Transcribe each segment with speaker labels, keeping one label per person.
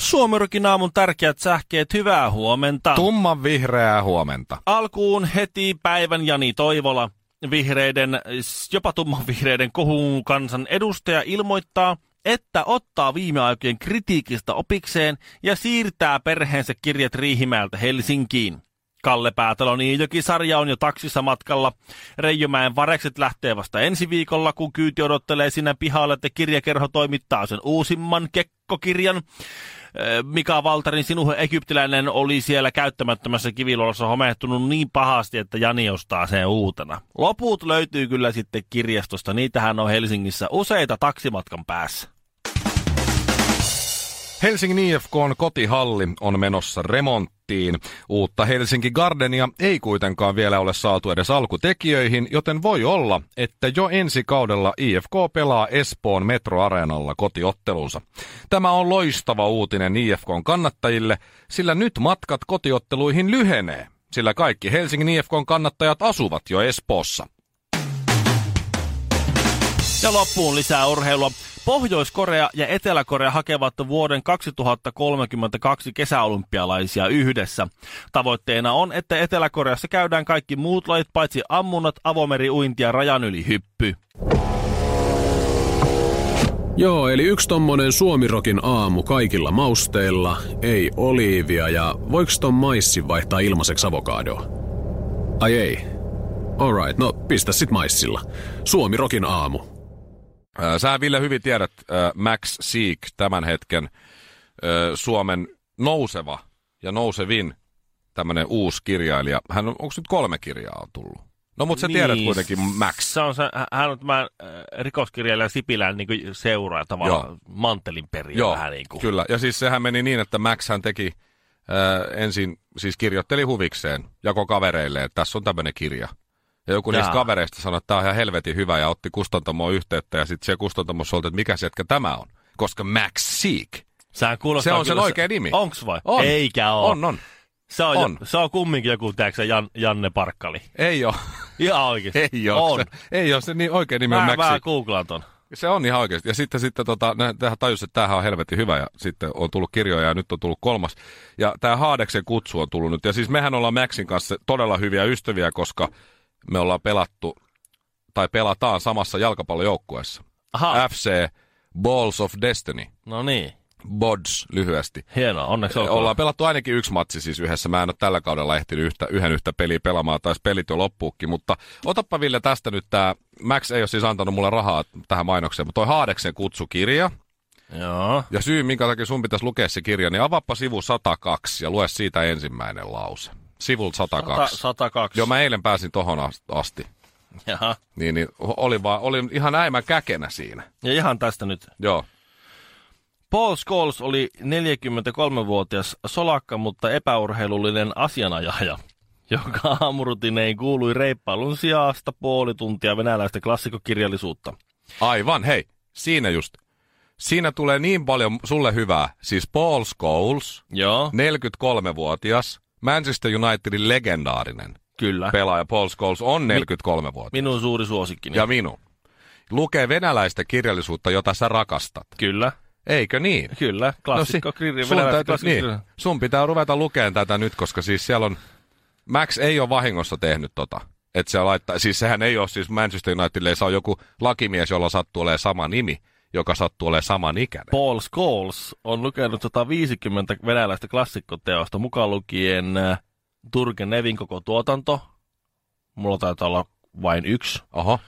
Speaker 1: Suomirokin aamun tärkeät sähkeet, hyvää huomenta.
Speaker 2: Tumman vihreää huomenta.
Speaker 1: Alkuun heti päivän Jani Toivola, vihreiden, jopa tumman vihreiden kohun kansan edustaja ilmoittaa, että ottaa viime aikojen kritiikistä opikseen ja siirtää perheensä kirjat Riihimäeltä Helsinkiin. Kalle Päätalo Niijoki-sarja on jo taksissa matkalla. Reijomäen varekset lähtee vasta ensi viikolla, kun kyyti odottelee sinä pihalla, että kirjakerho toimittaa sen uusimman kekkokirjan. Mika Valtarin sinuhe egyptiläinen oli siellä käyttämättömässä kivilolossa homehtunut niin pahasti, että Jani ostaa sen uutena. Loput löytyy kyllä sitten kirjastosta, niitähän on Helsingissä useita taksimatkan päässä.
Speaker 2: Helsingin IFKn kotihalli on menossa remonttiin. Uutta Helsinki Gardenia ei kuitenkaan vielä ole saatu edes alkutekijöihin, joten voi olla, että jo ensi kaudella IFK pelaa Espoon metroareenalla kotiottelunsa. Tämä on loistava uutinen IFKn kannattajille, sillä nyt matkat kotiotteluihin lyhenee, sillä kaikki Helsingin IFKn kannattajat asuvat jo Espoossa.
Speaker 1: Ja loppuun lisää urheilua. Pohjois-Korea ja Etelä-Korea hakevat vuoden 2032 kesäolympialaisia yhdessä. Tavoitteena on, että Etelä-Koreassa käydään kaikki muut lajit paitsi ammunnat, avomeriuinti ja rajan yli hyppy.
Speaker 3: Joo, eli yksi tommonen suomirokin aamu kaikilla mausteilla, ei oliivia ja voiko ton maissi vaihtaa ilmaiseksi avokadoa? Ai ei. Alright, no pistä sit maissilla. Suomirokin aamu.
Speaker 2: Sä Ville hyvin tiedät äh, Max Seek tämän hetken äh, Suomen nouseva ja nousevin tämmönen uusi kirjailija. Hän on, onko nyt kolme kirjaa on tullut? No mutta sä tiedät
Speaker 1: Niin,
Speaker 2: kuitenkin Max.
Speaker 1: Se on se, hän on tämän äh, rikoskirjailija Sipilän niin kuin seuraa tavallaan
Speaker 2: Joo.
Speaker 1: mantelin periä
Speaker 2: Joo,
Speaker 1: vähän niin kuin.
Speaker 2: kyllä. Ja siis sehän meni niin, että Max hän teki äh, ensin, siis kirjoitteli huvikseen, jako kavereille, että tässä on tämmöinen kirja. Ja joku niistä
Speaker 1: Jaa.
Speaker 2: kavereista sanoi, että tämä on ihan helvetin hyvä ja otti kustantamoon yhteyttä ja sitten se kustantamossa oli, että mikä se jätkä tämä on. Koska Max Seek.
Speaker 1: Sehän kuulostaa
Speaker 2: Se on
Speaker 1: kyllä
Speaker 2: sen oikea nimi.
Speaker 1: Onks vai?
Speaker 2: On.
Speaker 1: Eikä oo.
Speaker 2: On, on.
Speaker 1: Se on,
Speaker 2: On.
Speaker 1: se on kumminkin joku, tiedätkö, sä, Jan, Janne Parkkali.
Speaker 2: Ei ole.
Speaker 1: Ihan oikeesti.
Speaker 2: Ei ole.
Speaker 1: On.
Speaker 2: Se, ei ole. Se niin oikein nimi on
Speaker 1: Mä,
Speaker 2: Max
Speaker 1: mä
Speaker 2: Seek.
Speaker 1: googlaan ton.
Speaker 2: Se on ihan oikeasti. Ja sitten, sitten tota, nä- tähän tajus, että tämähän on helvetin hyvä ja sitten on tullut kirjoja ja nyt on tullut kolmas. Ja tämä Haadeksen kutsu on tullut nyt. Ja siis mehän ollaan Maxin kanssa todella hyviä ystäviä, koska me ollaan pelattu tai pelataan samassa jalkapallojoukkueessa.
Speaker 1: Aha,
Speaker 2: FC Balls of Destiny.
Speaker 1: no niin.
Speaker 2: BODS lyhyesti.
Speaker 1: Hienoa, onneksi olkoon.
Speaker 2: Ollaan pelattu ainakin yksi matsi siis yhdessä. Mä en ole tällä kaudella ehtinyt yhtä, yhden yhtä peliä pelaamaan, taisi pelit jo loppuukin, mutta otappa Ville tästä nyt tää, Max ei ole siis antanut mulle rahaa tähän mainokseen, mutta toi Haadeksen kutsukirja,
Speaker 1: Joo.
Speaker 2: ja syy minkä takia sun pitäisi lukea se kirja, niin avaappa sivu 102 ja lue siitä ensimmäinen lause. Sivulta 102.
Speaker 1: 102.
Speaker 2: Joo, mä eilen pääsin tohon as- asti.
Speaker 1: Jaha.
Speaker 2: Niin, niin oli vaan, olin ihan äimän käkenä siinä.
Speaker 1: Ja ihan tästä nyt.
Speaker 2: Joo.
Speaker 1: Paul Scholes oli 43-vuotias solakka, mutta epäurheilullinen asianajaja, joka aamurutineen kuului reippailun sijasta puoli tuntia venäläistä klassikokirjallisuutta.
Speaker 2: Aivan, hei, siinä just. Siinä tulee niin paljon sulle hyvää. Siis Paul Scholes,
Speaker 1: Joo,
Speaker 2: 43-vuotias, Manchester Unitedin legendaarinen
Speaker 1: kyllä.
Speaker 2: pelaaja Paul Scholes on 43-vuotias.
Speaker 1: Minun suuri suosikkini.
Speaker 2: Ja minun. Lukee venäläistä kirjallisuutta, jota sä rakastat.
Speaker 1: Kyllä,
Speaker 2: Eikö niin?
Speaker 1: kyllä. Klassikko,
Speaker 2: si-
Speaker 1: kirja,
Speaker 2: sun,
Speaker 1: venäläistä
Speaker 2: täytyy, niin,
Speaker 1: klassikokirja.
Speaker 2: sun pitää ruveta lukemaan tätä nyt, koska siis siellä on... Max ei ole vahingossa tehnyt tota. Että se laittaa, siis sehän ei ole, siis Manchester Unitedille ei saa joku lakimies, jolla sattuu olemaan sama nimi, joka sattuu olemaan saman ikäinen.
Speaker 1: Paul Scholes on lukenut 150 venäläistä klassikkoteosta, mukaan lukien äh, Turgenevin koko tuotanto. Mulla taitaa olla vain yksi.
Speaker 2: Oho.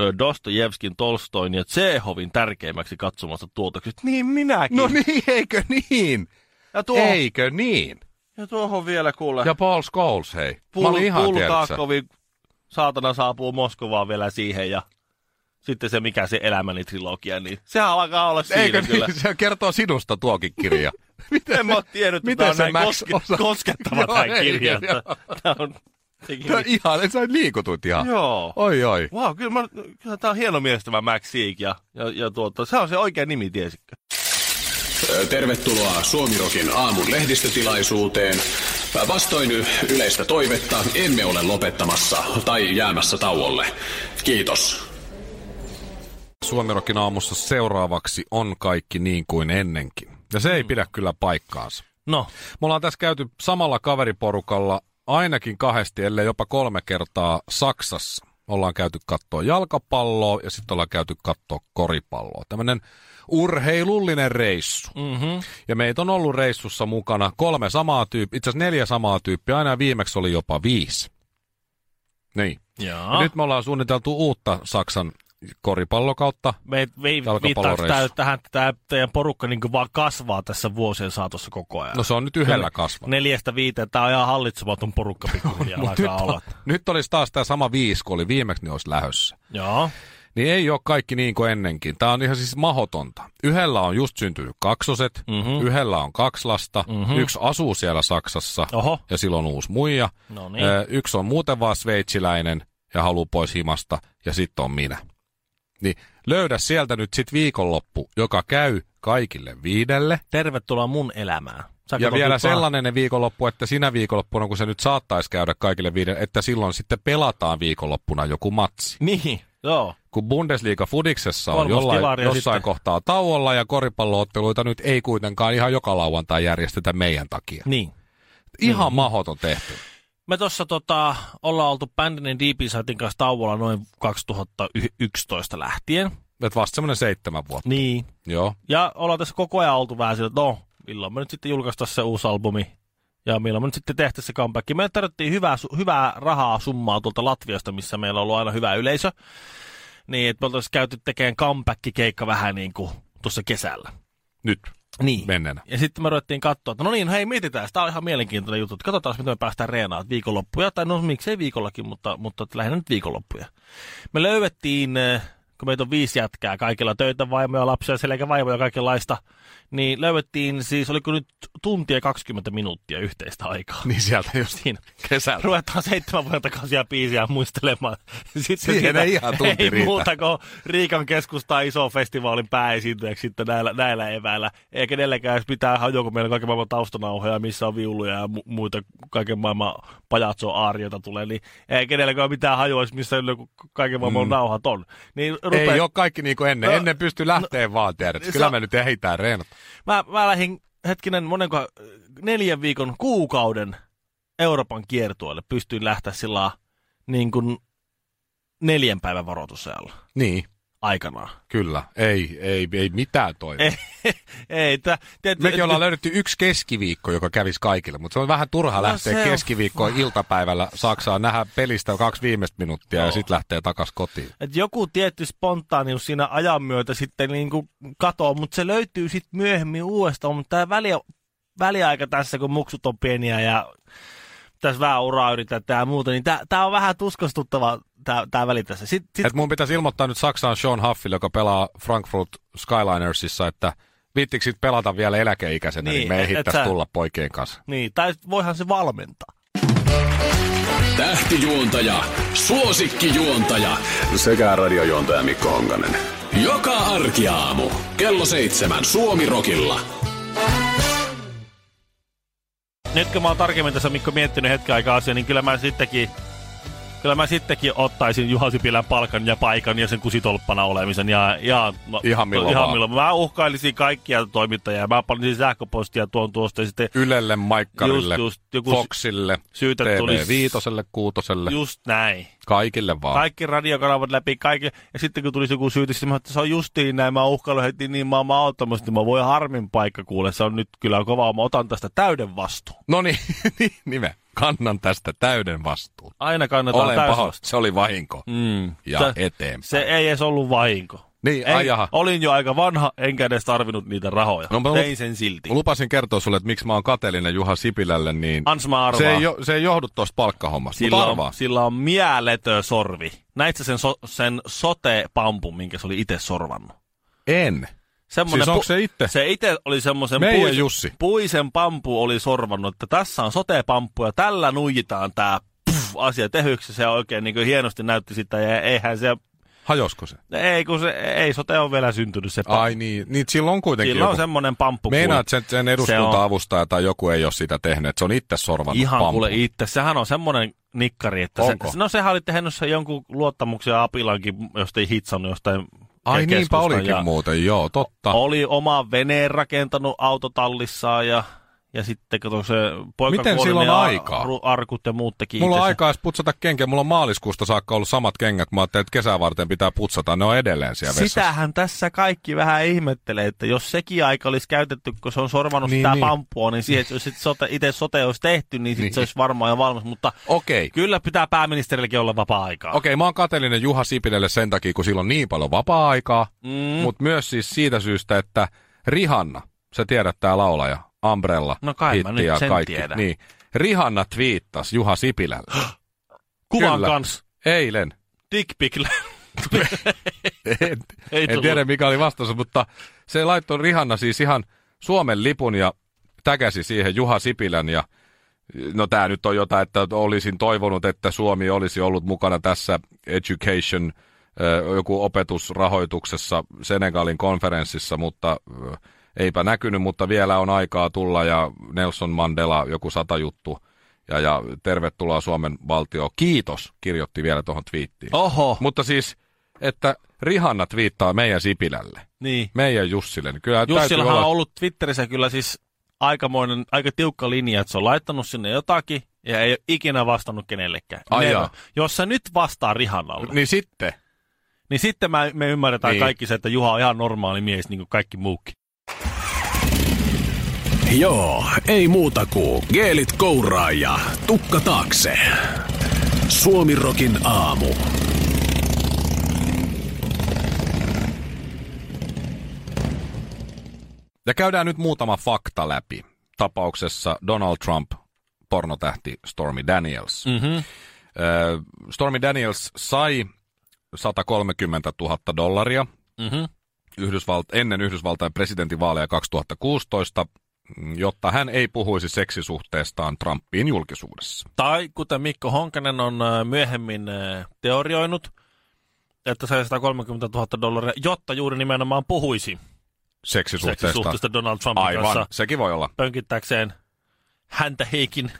Speaker 1: ö, Dostojevskin, Tolstoin ja Tsehovin tärkeimmäksi katsomasta tuotoksi. Niin minäkin.
Speaker 2: No niin, eikö niin?
Speaker 1: ja,
Speaker 2: Tuo.
Speaker 1: tuohon,
Speaker 2: Eikö niin?
Speaker 1: ja tuohon vielä kuule.
Speaker 2: Ja Paul Scholes, hei. Pul- Mä
Speaker 1: Pul-
Speaker 2: olin ihan tiedätkö sä?
Speaker 1: Bulgakovin saatana saapuu Moskovaan vielä siihen ja sitten se mikä se elämäni trilogia, niin sehän alkaa olla siinä
Speaker 2: Eikö
Speaker 1: kyllä.
Speaker 2: niin? Se kertoo sinusta tuokin kirja.
Speaker 1: Miten, en mä oon tiennyt, että
Speaker 2: miten
Speaker 1: tämä on
Speaker 2: se
Speaker 1: näin
Speaker 2: Max
Speaker 1: koske,
Speaker 2: osaa?
Speaker 1: koskettava
Speaker 2: Joo,
Speaker 1: tämä
Speaker 2: ei,
Speaker 1: kirja.
Speaker 2: joo.
Speaker 1: Tämä on, sekin-
Speaker 2: Tää ihan, et sä liikutut ihan.
Speaker 1: Joo.
Speaker 2: Oi, oi.
Speaker 1: Vau, wow, kyllä, mä, kyllä tämä on hieno mies tämä Max Seek ja, ja, ja tuota, se on se oikea nimi, tiesitkö?
Speaker 3: Ö, Tervetuloa Suomirokin aamun lehdistötilaisuuteen. Ö, Vastoin yleistä toivetta emme ole lopettamassa tai jäämässä tauolle. Kiitos.
Speaker 2: Suomirokin aamussa seuraavaksi on kaikki niin kuin ennenkin. Ja se ei
Speaker 1: Mm.
Speaker 2: pidä kyllä paikkaansa.
Speaker 1: No,
Speaker 2: Me ollaan tässä käyty samalla kaveriporukalla ainakin kahdesti, ellei jopa kolme kertaa Saksassa. Ollaan käyty kattoa jalkapalloa ja sitten ollaan käyty kattoa koripalloa. Tämmöinen urheilullinen reissu.
Speaker 1: mm-hmm.
Speaker 2: Ja meitä on ollut reissussa mukana kolme samaa tyyppiä, itse asiassa neljä samaa tyyppiä, aina viimeksi oli jopa viisi. Niin. Ja
Speaker 1: Jaa.
Speaker 2: nyt me ollaan suunniteltu uutta Saksan koripallokautta.
Speaker 1: me vei,
Speaker 2: Jalkapalloreissu.
Speaker 1: viittaako tää, tähän, tämä teidän porukka niin vaan kasvaa tässä vuosien saatossa koko ajan?
Speaker 2: No se on nyt yhdellä kasvanut.
Speaker 1: Neljästä viiteen, tämä on ihan hallitsematon porukka pikkuhiljaa
Speaker 2: Mut nyt,
Speaker 1: alkaa
Speaker 2: on,
Speaker 1: olla.
Speaker 2: nyt olisi taas tämä sama viisi, kun oli viimeksi, niin olisi lähössä.
Speaker 1: Joo,
Speaker 2: Niin ei ole kaikki niin kuin ennenkin. Tämä on ihan siis mahdotonta. Yhdellä on just syntynyt kaksoset,
Speaker 1: Mhm.
Speaker 2: mm-hmm. yhdellä on kaksi lasta,
Speaker 1: Mhm.
Speaker 2: mm-hmm. yksi asuu siellä Saksassa
Speaker 1: oho,
Speaker 2: ja silloin uusi muija.
Speaker 1: no niin.
Speaker 2: Ö, Yksi on muuten vaan sveitsiläinen ja haluaa pois himasta ja sitten on minä. Niin löydä sieltä nyt sit viikonloppu, joka käy kaikille viidelle.
Speaker 1: Tervetuloa mun elämään. Sä katot
Speaker 2: Ja vielä
Speaker 1: nyt vaan-
Speaker 2: sellainen ne viikonloppu, että sinä viikonloppuna, kun se nyt saattaisi käydä kaikille viidelle, että silloin sitten pelataan viikonloppuna joku matsi.
Speaker 1: Niin, joo.
Speaker 2: kun Bundesliga Fudiksessa on
Speaker 1: Kolmas
Speaker 2: jollain,
Speaker 1: divaria
Speaker 2: jossain
Speaker 1: sitten.
Speaker 2: kohtaa tauolla ja koripallootteluita nyt ei kuitenkaan ihan joka lauantai järjestetä meidän takia.
Speaker 1: Niin.
Speaker 2: Ihan mahdoton tehty.
Speaker 1: Me tuossa tota, ollaan oltu bändinen Deep Insightin kanssa tauolla noin 2011 lähtien.
Speaker 2: Et vasta semmoinen seitsemän vuotta.
Speaker 1: Niin.
Speaker 2: Joo.
Speaker 1: Ja ollaan tässä koko ajan oltu vähän sillä, että no, milloin me nyt sitten julkaistaan se uusi albumi ja milloin me nyt sitten tehtiin se comeback. Me tarvittiin hyvää, su- hyvää rahaa summaa tuolta Latviasta, missä meillä on ollut aina hyvä yleisö. Niin, että me oltaisiin käyty tekemään comeback-keikka vähän niin kuin tuossa kesällä.
Speaker 2: Nyt
Speaker 1: Niin.
Speaker 2: menneenä.
Speaker 1: Ja sitten me ruvettiin katsoa, että no niin, hei mietitään, tämä on ihan mielenkiintoinen juttu, että katsotaan, miten me päästään reenaan viikonloppuja, tai no miksei viikollakin, mutta, mutta lähinnä nyt viikonloppuja. Me löydettiin, eh, kun meitä on viisi jätkää, kaikilla töitä, vaimoja, lapsia, selkä vaivoja, kaikenlaista, niin löydettiin siis, oliko nyt tuntia 20 minuuttia yhteistä aikaa.
Speaker 2: Niin sieltä just
Speaker 1: Siinä.
Speaker 2: kesältä.
Speaker 1: Ruvetaan seitsemän vuoden takaisia biisiä muistelemaan. Sitten
Speaker 2: Siihen ei ihan tunti
Speaker 1: ei
Speaker 2: riitä.
Speaker 1: muuta kuin Riikan keskustaa iso festivaalin pääesiintyjäksi sitten näillä, näillä eväillä. Ei kenelläkään edes mitään hajua, kun meillä on kaiken maailman taustanauhoja, missä on viuluja ja mu- muita kaiken maailman pajatso-aariota tulee. Niin ei kenelläkään ole mitään hajua, edes, missä joku kaiken maailman mm. nauhat on. Niin rupeaa-
Speaker 2: Ei ole kaikki niin kuin ennen.
Speaker 1: No, Niin
Speaker 2: ennen pystyy lähteen vaan, tiedät.
Speaker 1: se-
Speaker 2: Kyllä me nyt ehditään reenata.
Speaker 1: Mä, mä lähdin hetkinen monenko neljän viikon kuukauden Euroopan kiertueelle. Pystyin lähteä sillä niin kuin neljän päivän varoitusajalla
Speaker 2: Niin,
Speaker 1: aikanaan.
Speaker 2: kyllä. Ei, ei, ei mitään toivoa.
Speaker 1: Ei, ei, tä, tiedät,
Speaker 2: Mekin ollaan löydetty yksi keskiviikko, joka kävisi kaikille, mutta se on vähän turha
Speaker 1: No
Speaker 2: lähteä
Speaker 1: se on-
Speaker 2: keskiviikkoon iltapäivällä Saksaan, nähdä pelistä kaksi viimeistä minuuttia
Speaker 1: Joo.
Speaker 2: ja sitten lähtee takaisin kotiin.
Speaker 1: et joku tietty spontaanius siinä ajan myötä sitten niin kuin katoaa, mutta se löytyy sitten myöhemmin uudestaan. Mutta tämä väli, väliaika tässä, kun muksut on pieniä ja tässä vähän uraa yritetään ja muuta, niin tämä on vähän tuskastuttava tämä väli tässä. Sitten, sit,
Speaker 2: Et mun pitäisi ilmoittaa nyt Saksaan Sean Huffille, joka pelaa Frankfurt Skylinersissa, että viittikö sit pelata vielä eläkeikäisenä, niin,
Speaker 1: Niin,
Speaker 2: niin me
Speaker 1: et- et
Speaker 2: ehdittäisi
Speaker 1: sä-
Speaker 2: tulla poikien kanssa.
Speaker 1: niin, tai voihan se valmentaa.
Speaker 3: Tähtijuontaja, suosikkijuontaja sekä radiojuontaja Mikko Honkanen. Joka arkiaamu kello seitsemän Suomirokilla.
Speaker 1: Nyt kun mä oon tarkemmin tässä Mikko miettinyt hetken aikaa asiaa, niin kyllä mä sittenkin, kyllä mä sittenkin ottaisin Juha Sipilän palkan ja paikan ja sen kusitolppana olemisen. Ja, ja, no,
Speaker 2: Ihan milloin
Speaker 1: ihan
Speaker 2: vaan.
Speaker 1: milloin. Mä uhkailisin kaikkia toimittajia. Mä panisin sähköpostia tuon tuosta ja sitten
Speaker 2: Ylelle, Maikkarille,
Speaker 1: Just, just, joku
Speaker 2: Foxille,
Speaker 1: syytä tulisi-
Speaker 2: TV5, Kuutoselle,
Speaker 1: just näin.
Speaker 2: kaikille vaan.
Speaker 1: Kaikki radiokanavat läpi, kaikki. Ja sitten kun tulisi joku syytys, niin mä, ajattelin, että se on justiin näin, mä oon uhkailu heti niin, mä oon mauttamassa, niin mä voin harmin paikka kuule. Se on nyt kyllä kovaa, mä otan tästä täyden vastuun.
Speaker 2: No niin, nime. Kannan tästä täyden vastuun.
Speaker 1: Aina kannetaan
Speaker 2: Olen
Speaker 1: täysin
Speaker 2: pahoin,
Speaker 1: vastuun.
Speaker 2: se oli vahinko.
Speaker 1: Mm.
Speaker 2: Ja
Speaker 1: Sä-
Speaker 2: eteenpäin.
Speaker 1: Se ei edes ollut vahinko.
Speaker 2: Niin, ai
Speaker 1: ei,
Speaker 2: jaha.
Speaker 1: Olin jo aika vanha, enkä edes tarvinnut niitä rahoja.
Speaker 2: No,
Speaker 1: No,
Speaker 2: mä lu-
Speaker 1: Tein sen silti.
Speaker 2: Mä lupasin kertoa sulle, että miksi mä oon kateellinen Juha Sipilälle, niin
Speaker 1: Ans mä arvaan.
Speaker 2: se ei, jo, se ei johdu tuosta palkkahommasta,
Speaker 1: sillä,
Speaker 2: mutta
Speaker 1: on,
Speaker 2: arvaa.
Speaker 1: sillä on mieletön sorvi. Näit sä sen, so, sen sote-pampun, minkä se oli itse sorvannut?
Speaker 2: En.
Speaker 1: Semmoinen
Speaker 2: Siis onko se itse?
Speaker 1: Se itse oli semmoisen
Speaker 2: Meidän Jussi.
Speaker 1: puisen pampu oli sorvannut, että tässä on sote-pamppu ja tällä nuijitaan tämä asia tehyksi. Se oikein niin hienosti näytti sitä ja eihän se,
Speaker 2: Hajosko se?
Speaker 1: ei kun se, ei sote on vielä syntynyt se pamppu.
Speaker 2: Ai niin, niin sillä on kuitenkin
Speaker 1: Sillä on
Speaker 2: joku.
Speaker 1: semmoinen pamppu. kuule.
Speaker 2: Meinaat sen, sen
Speaker 1: Se on-
Speaker 2: eduskunta-avustaja tai joku ei ole sitä tehnyt, että se on itse sorvannut
Speaker 1: Ihan
Speaker 2: pampun.
Speaker 1: kuule itse. Sehän on semmoinen nikkari, että se,
Speaker 2: Onko?
Speaker 1: no sehän oli tehnyt sen jonkun luottamuksen apilankin, josta ei hitsannut jostain
Speaker 2: Ai
Speaker 1: keskustan
Speaker 2: niinpä olikin
Speaker 1: ja
Speaker 2: muuten, joo, totta.
Speaker 1: Oli oma veneen rakentanut autotallissaan ja, ja sitten kato se poika
Speaker 2: Miten
Speaker 1: kuoli,
Speaker 2: sillä on
Speaker 1: ne a-
Speaker 2: aikaa?
Speaker 1: ru- arkut ja muut teki
Speaker 2: Mulla on
Speaker 1: itsensä.
Speaker 2: aikaa edes putsata kenkiä. Mulla on maaliskuusta saakka ollut samat kengät. Mä ajattelin, että kesää varten pitää putsata. Ne on edelleen siellä vessassa.
Speaker 1: Sitähän tässä kaikki vähän ihmettelee, että jos sekin aika olisi käytetty, kun se on sorvannut
Speaker 2: Niin,
Speaker 1: niin, sitä
Speaker 2: niin.
Speaker 1: niin. pamppua, niin siihen, että jos sit sote, itse sote olisi tehty, niin, sit
Speaker 2: Niin.
Speaker 1: se olisi varmaan jo valmis. Mutta
Speaker 2: Okei.
Speaker 1: kyllä pitää pääministerilläkin olla vapaa-aikaa.
Speaker 2: Okei, mä oon kateellinen Juha Sipilelle sen takia, kun sillä on niin paljon vapaa-aikaa, mm. mutta myös siis siitä syystä, että Rihanna, sä tiedät tää laulaja, Umbrella,
Speaker 1: No kai mä
Speaker 2: hitti
Speaker 1: nyt
Speaker 2: ja
Speaker 1: sen
Speaker 2: kaikki.
Speaker 1: tiedän.
Speaker 2: Niin. Rihanna twiittasi Juha Sipilälle
Speaker 1: Kuvan
Speaker 2: Kyllä.
Speaker 1: kanssa.
Speaker 2: eilen.
Speaker 1: Dick pic.
Speaker 2: en,
Speaker 1: Ei
Speaker 2: en
Speaker 1: tullut.
Speaker 2: tiedä mikä oli vastaus, mutta se laittoi Rihanna siis ihan Suomen lipun ja täkäsi siihen Juha Sipilän ja no tämä nyt on jotain, että olisin toivonut, että Suomi olisi ollut mukana tässä education ö, joku opetusrahoituksessa Senegalin konferenssissa, mutta ö, eipä näkynyt, mutta vielä on aikaa tulla ja Nelson Mandela joku sata juttu ja, ja tervetuloa Suomen valtioon. Kiitos, kirjoitti vielä tuohon twiittiin.
Speaker 1: Oho.
Speaker 2: Mutta siis, että Rihanna viittaa meidän Sipilälle,
Speaker 1: Niin.
Speaker 2: meidän Jussille. Niin kyllä täytyy
Speaker 1: Jussillahan
Speaker 2: olla...
Speaker 1: on ollut Twitterissä kyllä siis aikamoinen, aika tiukka linja, että se on laittanut sinne jotakin ja ei ole ikinä vastannut kenellekään.
Speaker 2: Ai
Speaker 1: Never.
Speaker 2: jaa.
Speaker 1: Jos sä nyt vastaa Rihannalle, niin,
Speaker 2: Niin sitten.
Speaker 1: niin sitten mä, me ymmärretään
Speaker 2: Niin.
Speaker 1: niin. kaikki se, että Juha on ihan normaali mies, niin kuin kaikki muukin.
Speaker 3: Joo, ei muuta kuin geelit kouraa ja tukka taakse. Suomirokin aamu.
Speaker 2: Ja käydään nyt muutama fakta läpi tapauksessa Donald Trump, pornotähti Stormy Daniels.
Speaker 1: Mm-hmm.
Speaker 2: Öö, Stormy Daniels sai 130 000 dollaria
Speaker 1: Mm-hmm.
Speaker 2: Yhdysvalt- ennen Yhdysvaltain presidentinvaaleja 2016, mm, jotta hän ei puhuisi seksisuhteestaan Trumpiin julkisuudessa.
Speaker 1: Tai kuten Mikko Honkanen on äh, myöhemmin äh, teorioinut, että sai 130 000 dollaria, jotta juuri nimenomaan puhuisi
Speaker 2: Seksisuhteestaan.
Speaker 1: seksisuhteesta Donald Trumpin
Speaker 2: Aivan,
Speaker 1: kanssa
Speaker 2: sekin voi olla.
Speaker 1: pönkittääkseen häntä heikin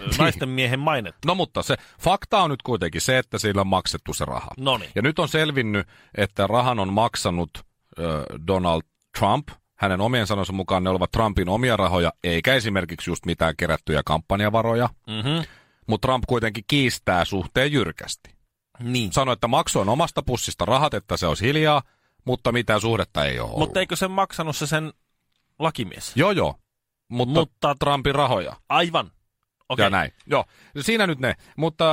Speaker 1: ö, naisten miehen mainetta.
Speaker 2: No mutta se fakta on nyt kuitenkin se, että sillä on maksettu se raha.
Speaker 1: Noniin.
Speaker 2: Ja nyt on selvinnyt, että rahan on maksanut ö, Donald Trump. Hänen omien sanonsa mukaan ne olivat Trumpin omia rahoja, eikä esimerkiksi just mitään kerättyjä kampanjavaroja.
Speaker 1: Mm-hmm.
Speaker 2: Mutta Trump kuitenkin kiistää suhteen jyrkästi.
Speaker 1: Niin.
Speaker 2: Sanoi, että maksoin omasta pussista rahat, että se olisi hiljaa, mutta mitään suhdetta ei ole ollut.
Speaker 1: Mutta eikö sen maksanut se sen lakimies?
Speaker 2: Joo joo, mutta, mutta
Speaker 1: Mutta-
Speaker 2: Trumpin rahoja.
Speaker 1: Aivan.
Speaker 2: Okay.
Speaker 1: Okei.
Speaker 2: Ja näin. Joo, siinä nyt ne. Mutta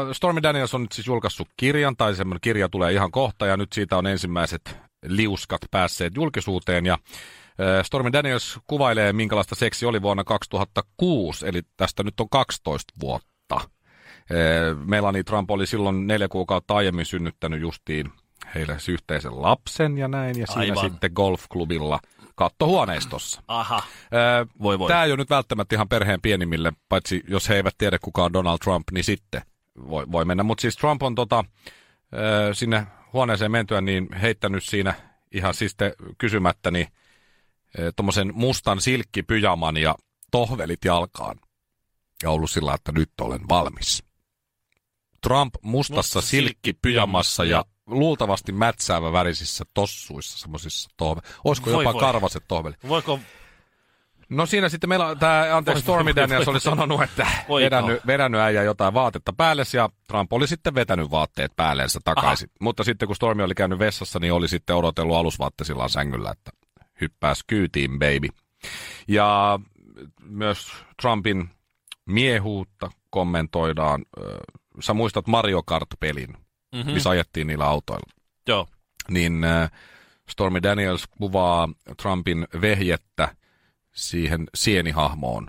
Speaker 2: äh, Stormy Daniels on nyt siis julkaissut kirjan, tai semmoinen kirja tulee ihan kohta, ja nyt siitä on ensimmäiset liuskat päässeet julkisuuteen. Ja äh, Stormy Daniels kuvailee, minkälaista seksi oli vuonna 2006, eli tästä nyt on 12 vuotta. Äh, Melanie Trump oli silloin neljä kuukautta aiemmin synnyttänyt justiin heille siis yhteisen lapsen ja näin, ja siinä
Speaker 1: Aivan.
Speaker 2: sitten golfklubilla kattohuoneistossa. Äh,
Speaker 1: Aha.
Speaker 2: Voi
Speaker 1: Voi,
Speaker 2: voi.
Speaker 1: voi.
Speaker 2: Tämä ei ole nyt välttämättä ihan perheen pienimmille, paitsi jos he eivät tiedä kuka on Donald Trump, niin sitten voi, voi mennä. Mutta siis Trump on tota, ö, sinne huoneeseen mentyä niin heittänyt siinä ihan siis sitten kysymättä niin, tuommoisen mustan silkkipyjaman ja tohvelit jalkaan. Ja ollut sillä, että nyt olen valmis. Trump mustassa
Speaker 1: Mustassa
Speaker 2: silkkipyjamassa ja luultavasti mätsäävä värisissä tossuissa, semmoisissa tohve. Olisiko
Speaker 1: Voi
Speaker 2: jopa
Speaker 1: voi.
Speaker 2: karvaset tohvelit?
Speaker 1: Voiko...
Speaker 2: No siinä sitten meillä on tämä, anteeksi,
Speaker 1: Voi, voi,
Speaker 2: Stormy
Speaker 1: voi,
Speaker 2: Daniels
Speaker 1: voi,
Speaker 2: oli
Speaker 1: voi.
Speaker 2: sanonut, että
Speaker 1: Voi
Speaker 2: vedännyt, vedännyt äijä jotain vaatetta päälle ja Trump oli sitten vetänyt vaatteet päälleensä takaisin. Mutta sitten kun Stormi oli käynyt vessassa, niin oli sitten odotellut alusvaattesillaan sängyllä, että hyppääs kyytiin, baby. Ja myös Trumpin miehuutta kommentoidaan. Ö, Sä muistat Mario Kart-pelin,
Speaker 1: Mm-hmm.
Speaker 2: mm. missä ajettiin niillä autoilla
Speaker 1: Joo.
Speaker 2: niin äh, Stormy Daniels kuvaa Trumpin vehjettä siihen sienihahmoon.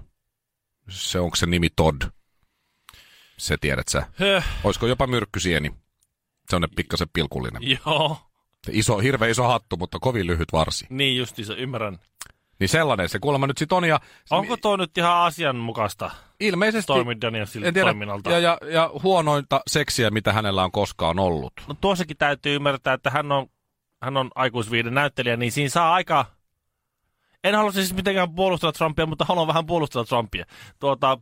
Speaker 2: Se onko se nimi Todd? Se tiedät sä.
Speaker 1: Höh.
Speaker 2: Olisiko jopa myrkkysieni? Se on pikkasen pilkullinen.
Speaker 1: Joo.
Speaker 2: Iso, hirveä iso hattu, mutta kovin lyhyt varsi.
Speaker 1: Niin justi se ymmärrän.
Speaker 2: Niin sellainen se kuulemma nyt sit on. Ja se
Speaker 1: Onko tuo nyt ihan asianmukaista
Speaker 2: ilmeisesti,
Speaker 1: Stormy Danielsin
Speaker 2: en tiedä,
Speaker 1: toiminnalta?
Speaker 2: ja, ja, ja huonointa seksiä, mitä hänellä on koskaan ollut.
Speaker 1: No tuossakin täytyy ymmärtää, että hän on, hän on aikuisviiden näyttelijä, niin siinä saa aika... En halua siis mitenkään puolustella Trumpia, mutta haluan vähän puolustella Trumpia. Tuota,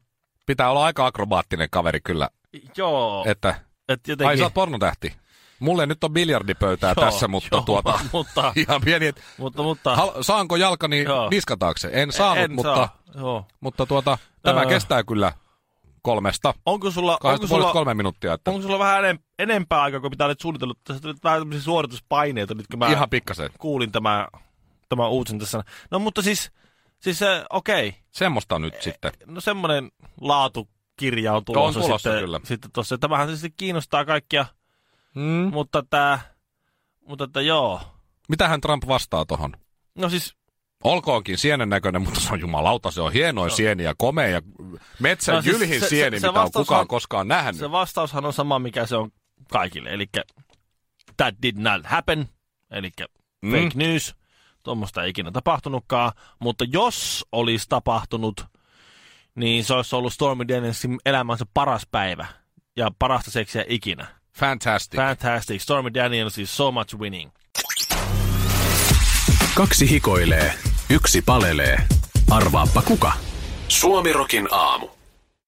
Speaker 2: Pitää olla aika akrobaattinen kaveri kyllä,
Speaker 1: joo.
Speaker 2: että
Speaker 1: et jotenkin,
Speaker 2: Ai sä oot pornotähti. Mulle nyt on biljardipöytää
Speaker 1: Joo,
Speaker 2: tässä, mutta
Speaker 1: joo,
Speaker 2: tuota...
Speaker 1: mutta-
Speaker 2: ihan pieni, et,
Speaker 1: Mutta, mutta...
Speaker 2: hal, saanko jalkani
Speaker 1: Joo.
Speaker 2: niska taakse? En saanut,
Speaker 1: en
Speaker 2: mutta,
Speaker 1: Saa. Joo.
Speaker 2: mutta tuota, tämä
Speaker 1: Öö.
Speaker 2: kestää kyllä kolmesta.
Speaker 1: Onko sulla,
Speaker 2: Kahdesta
Speaker 1: onko
Speaker 2: puolesta
Speaker 1: sulla,
Speaker 2: kolme minuuttia, että
Speaker 1: onko sulla vähän enem, enempää aikaa kuin mitä olet suunnitellut? Tässä tuli vähän tämmöisiä suorituspaineita nyt, kun mä
Speaker 2: ihan pikkasen.
Speaker 1: kuulin tämä, tämä uutisen tässä. No mutta siis, siis äh, okei.
Speaker 2: Semmosta on nyt sitten.
Speaker 1: No semmoinen laatukirja on tulossa,
Speaker 2: tulossa
Speaker 1: sitten,
Speaker 2: kyllä.
Speaker 1: sitten tossa. Tämähän tietysti kiinnostaa kaikkia,
Speaker 2: Mm.
Speaker 1: mutta tämä, mutta että joo.
Speaker 2: Mitähän Trump vastaa tohon?
Speaker 1: No siis,
Speaker 2: Olkoonkin sienen näköinen, mutta se on jumalauta, se on hienoin sieni ja komea ja metsän
Speaker 1: No
Speaker 2: no,
Speaker 1: siis
Speaker 2: jylhin
Speaker 1: se- se-
Speaker 2: sieni,
Speaker 1: se
Speaker 2: mitä on
Speaker 1: vastaus
Speaker 2: kukaan
Speaker 1: on-
Speaker 2: koskaan nähnyt.
Speaker 1: se vastaushan on sama, mikä se on kaikille. Eli that did not happen, eli
Speaker 2: Mm.
Speaker 1: fake news. Tuommoista ei ikinä tapahtunutkaan, mutta jos olisi tapahtunut, niin se olisi ollut Stormy Danielsin elämänsä paras päivä ja parasta seksiä ikinä.
Speaker 2: Fantastic.
Speaker 1: Fantastic. Stormy Daniels is so much winning.
Speaker 3: Kaksi hikoilee, yksi palelee. Arvaappa kuka? Suomirokin aamu.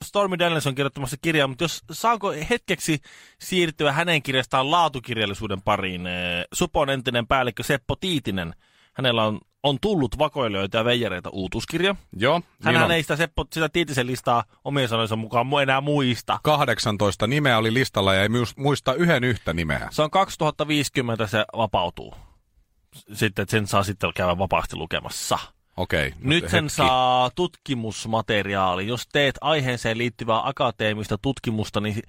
Speaker 1: Stormy Daniels on kirjoittamassa kirjaa, mutta jos saanko hetkeksi siirtyä hänen kirjastaan laatukirjallisuuden pariin. Ee, Supon entinen päällikkö Seppo Tiitinen, hänellä on, on tullut vakoilijoita ja veijareita uutuskirja.
Speaker 2: Joo,
Speaker 1: Hänhän
Speaker 2: Niin on.
Speaker 1: ei sitä, Seppo, sitä Tiitisen listaa omien sanojensa mukaan mu- enää muista.
Speaker 2: 18 nimeä oli listalla ja ei myys- muista yhden yhtä nimeä.
Speaker 1: Se on 2050 se vapautuu. S- Sitten että sen saa sitten käydä vapaasti lukemassa.
Speaker 2: Okei. Okay,
Speaker 1: Nyt sen saa tutkimusmateriaali. Jos teet aiheeseen liittyvää akateemista tutkimusta, niin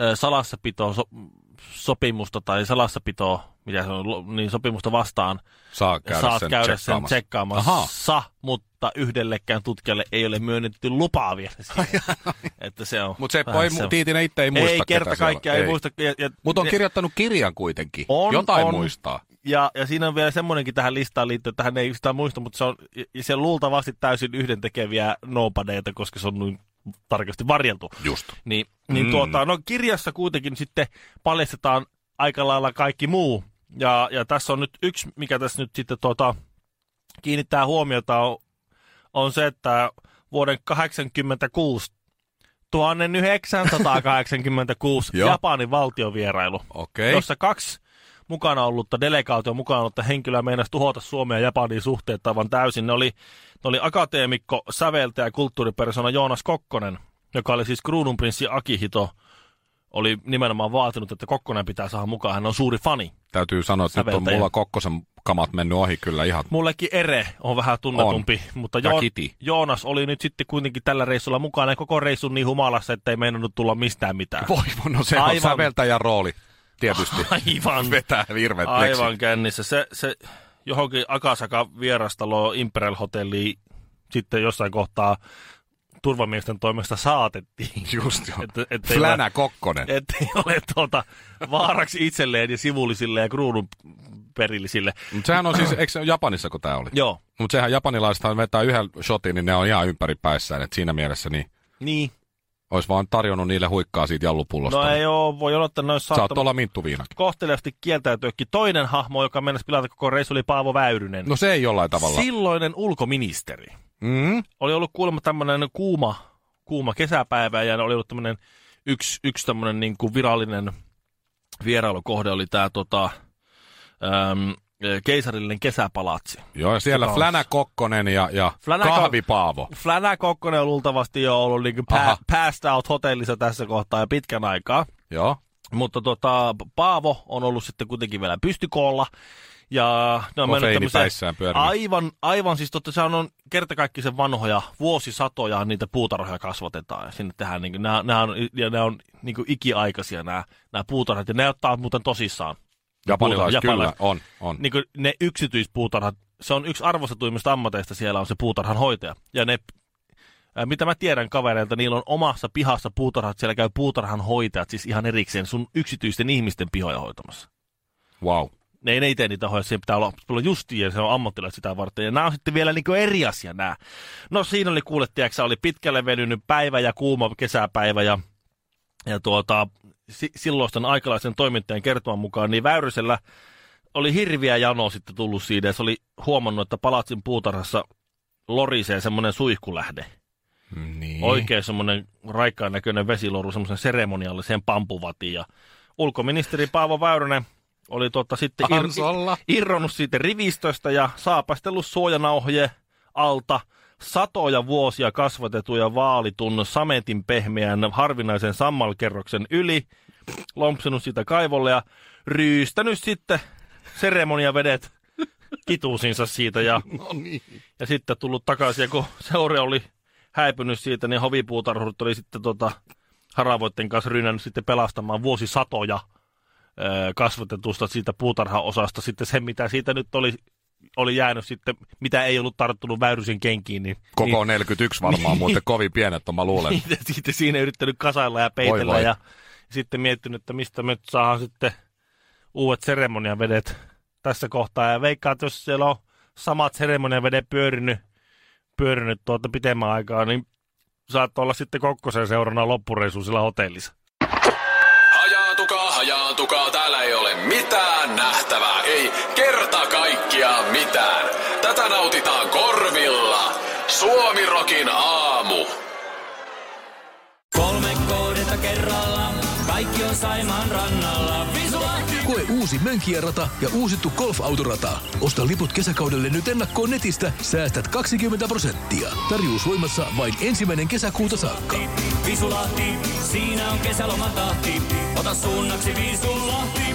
Speaker 1: ö, salassapito so, sopimusta tai salassapitoa, mitä se on, lo- niin sopimusta vastaan
Speaker 2: saa käydä
Speaker 1: saat
Speaker 2: sen
Speaker 1: käydä sen
Speaker 2: tsekkaamassa. Ahaa.
Speaker 1: tsekkaamassa, Aha. mutta yhdellekään tutkijalle ei ole myönnetty lupaa vielä siihen. että se on
Speaker 2: Mutta Seppo
Speaker 1: vähän
Speaker 2: ei, mu- Tiitinen itse ei muista
Speaker 1: Ei kerta
Speaker 2: ketä siellä
Speaker 1: kaikkiaan,
Speaker 2: on.
Speaker 1: ei muista. Ja, ja,
Speaker 2: Mutta on
Speaker 1: ja-
Speaker 2: kirjoittanut kirjan kuitenkin.
Speaker 1: On,
Speaker 2: Jotain
Speaker 1: on.
Speaker 2: muistaa.
Speaker 1: Ja, ja siinä on vielä semmoinenkin tähän listaan liittyen, että hän ei sitä muista, mutta se on ja se on luultavasti täysin yhdentekeviä nopadeita, koska se on niin tarkasti varjeltu.
Speaker 2: Just.
Speaker 1: Niin, niin
Speaker 2: Mm.
Speaker 1: tuota, no kirjassa kuitenkin sitten paljastetaan aika lailla kaikki muu. Ja, ja tässä on nyt yksi, mikä tässä nyt sitten tuota, kiinnittää huomiota, on, on se, että vuoden 86, 1986
Speaker 2: Joo.
Speaker 1: Japanin valtiovierailu
Speaker 2: Okei. Okay.
Speaker 1: jossa kaksi mukana ollutta delegaatio mukana ollutta henkilöä meinasi tuhota Suomen ja Japanin suhteet aivan täysin. Ne oli, ne oli akateemikko, säveltäjä ja kulttuuripersona Joonas Kokkonen, joka oli siis kruununprinssi Akihito, oli nimenomaan vaatinut, että Kokkonen pitää saada mukaan. Hän on suuri fani.
Speaker 2: Täytyy sanoa, että nyt on
Speaker 1: Säveltäjä.
Speaker 2: mulla Kokkosen kamat mennyt ohi kyllä ihan.
Speaker 1: Mullekin Ere on vähän tunnetumpi, on. mutta
Speaker 2: Ja
Speaker 1: jo-
Speaker 2: Kiti.
Speaker 1: Joonas oli nyt sitten kuitenkin tällä reissulla mukana ja koko reissun niin humalassa, että ei meinannut tulla mistään mitään.
Speaker 2: Voi, no se Aivan. on
Speaker 1: Aivan.
Speaker 2: säveltäjän rooli. Tietysti
Speaker 1: Aivan.
Speaker 2: vetää virvet
Speaker 1: Aivan
Speaker 2: leksi.
Speaker 1: kännissä. Se, se johonkin Akasaka vierastalo Imperial Hotelliin sitten jossain kohtaa turvamiesten toimesta saatettiin.
Speaker 2: Just joo.
Speaker 1: Että- että ei
Speaker 2: Flänä
Speaker 1: ole-
Speaker 2: Kokkonen.
Speaker 1: Ettei ole tuota, vaaraksi itselleen ja sivullisille ja kruunun perillisille.
Speaker 2: Mut sehän on siis, eikö se ole Japanissa kun tää oli?
Speaker 1: Joo.
Speaker 2: Mutta sehän japanilaisethan vetää yhden shotin, niin ne on ihan ympäri päissään. Et siinä mielessä niin
Speaker 1: Niin.
Speaker 2: olisi vaan tarjonnut niille huikkaa siitä jallupullosta.
Speaker 1: No ei oo, voi olla, että ne olisi
Speaker 2: Saat
Speaker 1: saattanut
Speaker 2: olla minttuviinakin.
Speaker 1: kohteliaasti kieltäytyäkin. Toinen hahmo, joka mennessä pilata koko reissu, oli Paavo Väyrynen.
Speaker 2: No se ei jollain tavalla.
Speaker 1: Silloinen ulkoministeri.
Speaker 2: Mm?
Speaker 1: oli ollut kuulemma tämmöinen kuuma, kuuma kesäpäivä ja oli ollut tämmöinen yksi, yksi tämmöinen niin kuin virallinen vierailukohde oli tämä tota, äm, keisarillinen kesäpalatsi.
Speaker 2: Joo, ja siellä
Speaker 1: Joka on-
Speaker 2: Flänä Kokkonen ja, ja
Speaker 1: Flänä Ko-
Speaker 2: Kahvipaavo.
Speaker 1: Flänä Kokkonen on luultavasti jo ollut niin kuin
Speaker 2: Aha.
Speaker 1: pa- passed out hotellissa tässä kohtaa jo pitkän aikaa.
Speaker 2: Joo.
Speaker 1: Mutta tota, Paavo on ollut sitten kuitenkin vielä pystykoolla. Ja ne on mennyt
Speaker 2: Kofeiini
Speaker 1: tämmöiseen-
Speaker 2: päissään pyörinyt.
Speaker 1: aivan, aivan, siis totta, sehän on kertakaikkisen vanhoja, vuosisatoja niitä puutarhoja kasvatetaan. Ja sinne tehdään, niin kuin, nämä, nämä on, ja nämä on niin kuin ikiaikaisia nämä, nämä puutarhat, ja ne ottaa muuten tosissaan.
Speaker 2: Japanilaiset kyllä,
Speaker 1: japanilaiset.
Speaker 2: on, on.
Speaker 1: Niin kuin ne yksityispuutarhat, se on yksi arvostetuimmista ammateista, siellä on se puutarhan hoitaja. Ja ne, ää, mitä mä tiedän kavereilta, niillä on omassa pihassa puutarhat, siellä käy puutarhan hoitajat, siis ihan erikseen sun yksityisten ihmisten pihoja hoitamassa.
Speaker 2: Wow.
Speaker 1: Ne ei ne itse niitä hoida, siinä pitää olla, pitää olla justiin ja se on ammattilaiset sitä varten. Ja nämä on sitten vielä niin kuin eri asia nämä. No siinä oli kuule, tiiäksä, oli pitkälle venynyt päivä ja kuuma kesäpäivä ja, ja tuota, si- silloisten aikalaisen toimittajan kertoman mukaan, niin Väyrysellä oli hirviä jano sitten tullut siitä ja se oli huomannut, että palatsin puutarhassa lorisee semmoinen suihkulähde.
Speaker 2: Niin.
Speaker 1: Oikein semmoinen raikkaan näköinen vesiloru semmoisen seremonialliseen pampuvatiin. Ja ulkoministeri Paavo Väyrynen oli tuota sitten
Speaker 2: Ansolla.
Speaker 1: irronnut siitä rivistöstä ja saapastellut suojanauhojen alta satoja vuosia kasvatetuja vaalitun sametin pehmeän harvinaisen sammalkerroksen yli, lompsinut sitä kaivolle ja ryystänyt sitten seremoniavedet kituusinsa siitä ja
Speaker 2: No niin.
Speaker 1: ja sitten tullut takaisin, ja kun seure oli häipynyt siitä, niin hovipuutarhurit oli sitten tota, haravoitten kanssa rynnännyt sitten pelastamaan vuosisatoja ö, kasvatetusta siitä puutarhaosasta. Sitten se, mitä siitä nyt oli, oli jäänyt sitten, mitä ei ollut tarttunut väyrysin kenkiin, niin
Speaker 2: Koko 41 varmaan, muuten kovin pienet on, mä luulen.
Speaker 1: niitä sitten siinä yrittänyt kasailla ja peitellä.
Speaker 2: voi.
Speaker 1: Ja sitten miettinyt, että mistä me nyt saadaan sitten uudet seremoniavedet tässä kohtaa. Ja veikkaan, että jos siellä on samat seremoniavedet pyörinyt, pyörinyt tuota pitemmän aikaa, niin saattaa olla sitten Kokkosen seurana loppureissu sillä hotellissa.
Speaker 4: Hajaantukaa, hajaantukaa, täällä ei ole mitään nähtävää, ei kerta kaikkiaan mitään. Tätä nautitaan korvilla. Suomirokin aamu.
Speaker 5: Kolme kohdetta kerralla, kaikki on Saimaan rannalla. Visulahti!
Speaker 6: Koe uusi Mönkijärata ja uusittu golfautorata. Osta liput kesäkaudelle nyt ennakkoon netistä, säästät 20 prosenttia. Tarjous voimassa vain ensimmäinen kesäkuuta saakka.
Speaker 5: Visulahti, siinä on kesälomatahti. Ota suunnaksi Visulahti.